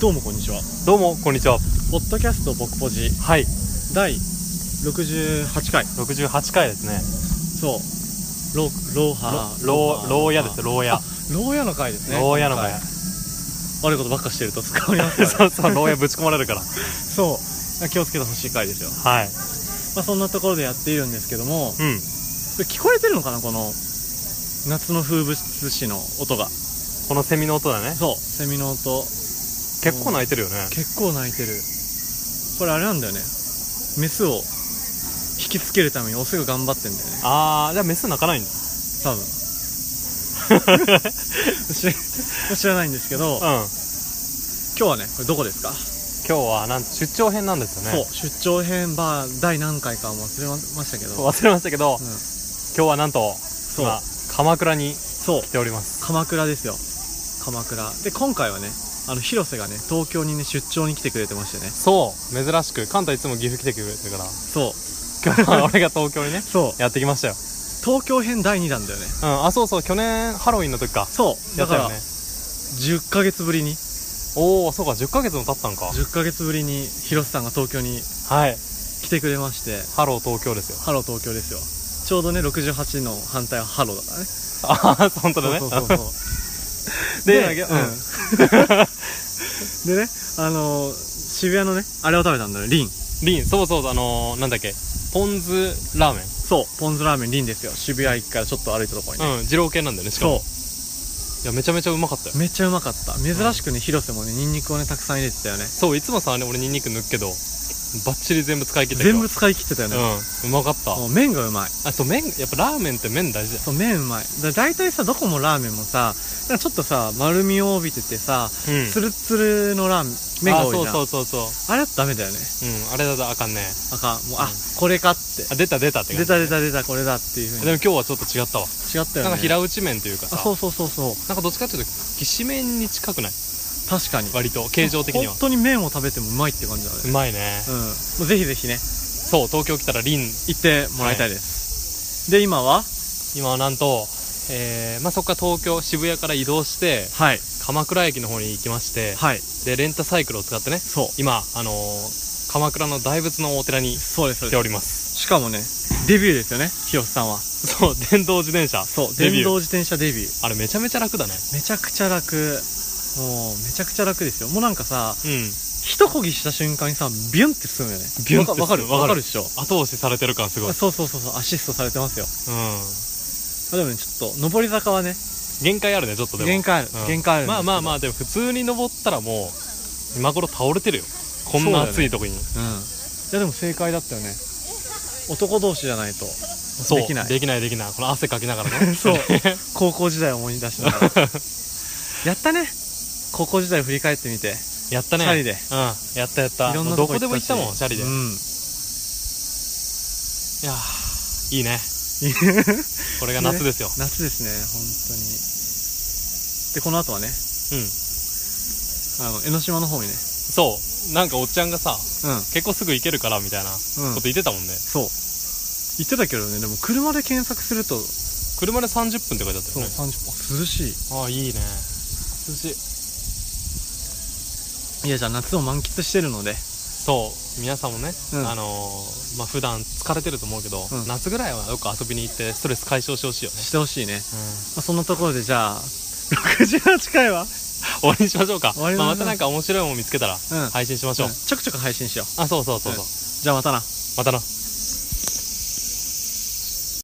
どうもこんにちはどうもこんにちはポッドキャストボクポジはい第68回68回ですねそうロローハーろハー牢屋です牢屋あ牢屋の回ですね牢屋の今 会回悪いことばっかしてると使われますからね そうそう牢屋ぶち込まれるからそう気をつけてほしい回ですよ、はいまあ、そんなところでやっているんですけどもうん聞こえてるのかなこの夏の風物詩の音がこのセミの音だねそうセミの音結構鳴いてるよね結構鳴いてるこれあれなんだよねメスを引きつけるためにオスが頑張ってんだよねあーじゃあメス鳴かないんだ多 分知ら知らないんですけどうん今今日はねこれどこですか、日はなん出張編なんですよそうね出張編バー第何回か忘れましたけど、うん、忘れましたけどそ今日はなんとう、今鎌倉にそう来ております鎌倉ですよ鎌倉で今回はねあの広瀬がね東京にね出張に来てくれてましてねそう珍しくカンタいつも岐阜来てくれてる からそう今日は俺が東京にねそうやってきましたよ東京編第2弾だよねうんあそうそう去年ハロウィンの時かそうやだっかたよらね10ヶ月ぶりにおおそうか10ヶ月も経ったんか10ヶ月ぶりに広瀬さんが東京にはい来てくれましてハロー東京ですよハロー東京ですよちょうどね68の反対はハローだからねああ本当だねそうそうそうそうでうん でねあのー渋谷のねあれを食べたんだよリンリンそうそうそうあのー、なんだっけポン酢ラーメそうポン酢ラーメンリンですよ渋谷駅からちょっと歩いたところにね、ンうん二郎系なんだよねしかもそいやめちゃめちゃうまかったようめっちゃうまかった珍しくね、広瀬もねニンニクをねたくさん入れてたよねそういつもさ俺ニンニク抜くけどバッチリ全部使い切ったけど全部使い切ってたようね、んうまかったもう麺がうまいあそう麺やっぱラーメンって麺大事だよそう麺うまいだ大体さどこもラーメンもさなんかちょっとさ丸みを帯びててさ、うんツルツルのラーメン麺が多いじゃんああそうそうそうそれだとダメだよねううんあれだとあかんねあかんもうあうんこれかってあ出た出たって出感じた出た出たこれだっていうふうにで違も今日はちょっと違ったわったよねなんか平打ち麺というかあさそうそうそうそうなんかどっちかっていうときしめんに近くない確かに割と形状的には本当に麺を食べてもうまいって感じだねうまいねうんもうぜひぜひねそう東京来たらリン行ってもらいたいです、で今は今はなんと、えーまあ、そこから東京渋谷から移動してはい鎌倉駅の方に行きましてはいでレンタサイクルを使ってねそう今、あのー鎌倉の大仏のお寺にそうですそ来うてでおりますすしかもねデビューですよね広瀬さんはそう電動自転車そうデ電ビュー動自転車デビューあれめちゃめちゃ楽だねめちゃくちゃ楽もうめちゃくちゃ楽ですよもうなんかさうん一こぎした瞬間にさビュンって進むよねビュンって進わかむわかるわかるわかるでしょ後押しされてる感すごいうんそうそうそうそうアシストされてますよあでもねちょっと上り坂はね限界あるねちょっとでも限界ある、うん限界あるんですまあまあまあでも普通に登ったらもう今頃倒れてるよこんな暑いとこにあうんいやでも正解だったよね男同士じゃないとそうできないできないできないこの汗かきながらね そう高校時代を思い出 しながらやったね高校時代を振り返ってみていやったねチャリでうんやったやったろんもなとうどここでも行ったもんしチャリで、ういんやーいいねこれが夏ですよ、 夏ですね本当にでこの後はねうんあの江ノ島の方にねそうなんかおっちゃんがさうん結構すぐ行けるからみたいなこうんと言ってたもんね、そう言ってたけどねでも車で検索すると車で30分って書いてあったそうよね30分涼しいああいいね涼しいいやじゃあ夏を満喫してるのでそう皆さんもね、うんあのー、まあ普段疲れてると思うけど、うん夏ぐらいはよく遊びに行ってストレス解消してほしいよね、してほしいね、まあ、そんなところでじゃあ68回は終わりにしましょうか終わりましょうまあ、またなんか面白いもん見つけたらうん配信しましょう、ちょくちょく配信しようあそうそうそうそう、じゃあまたなまたな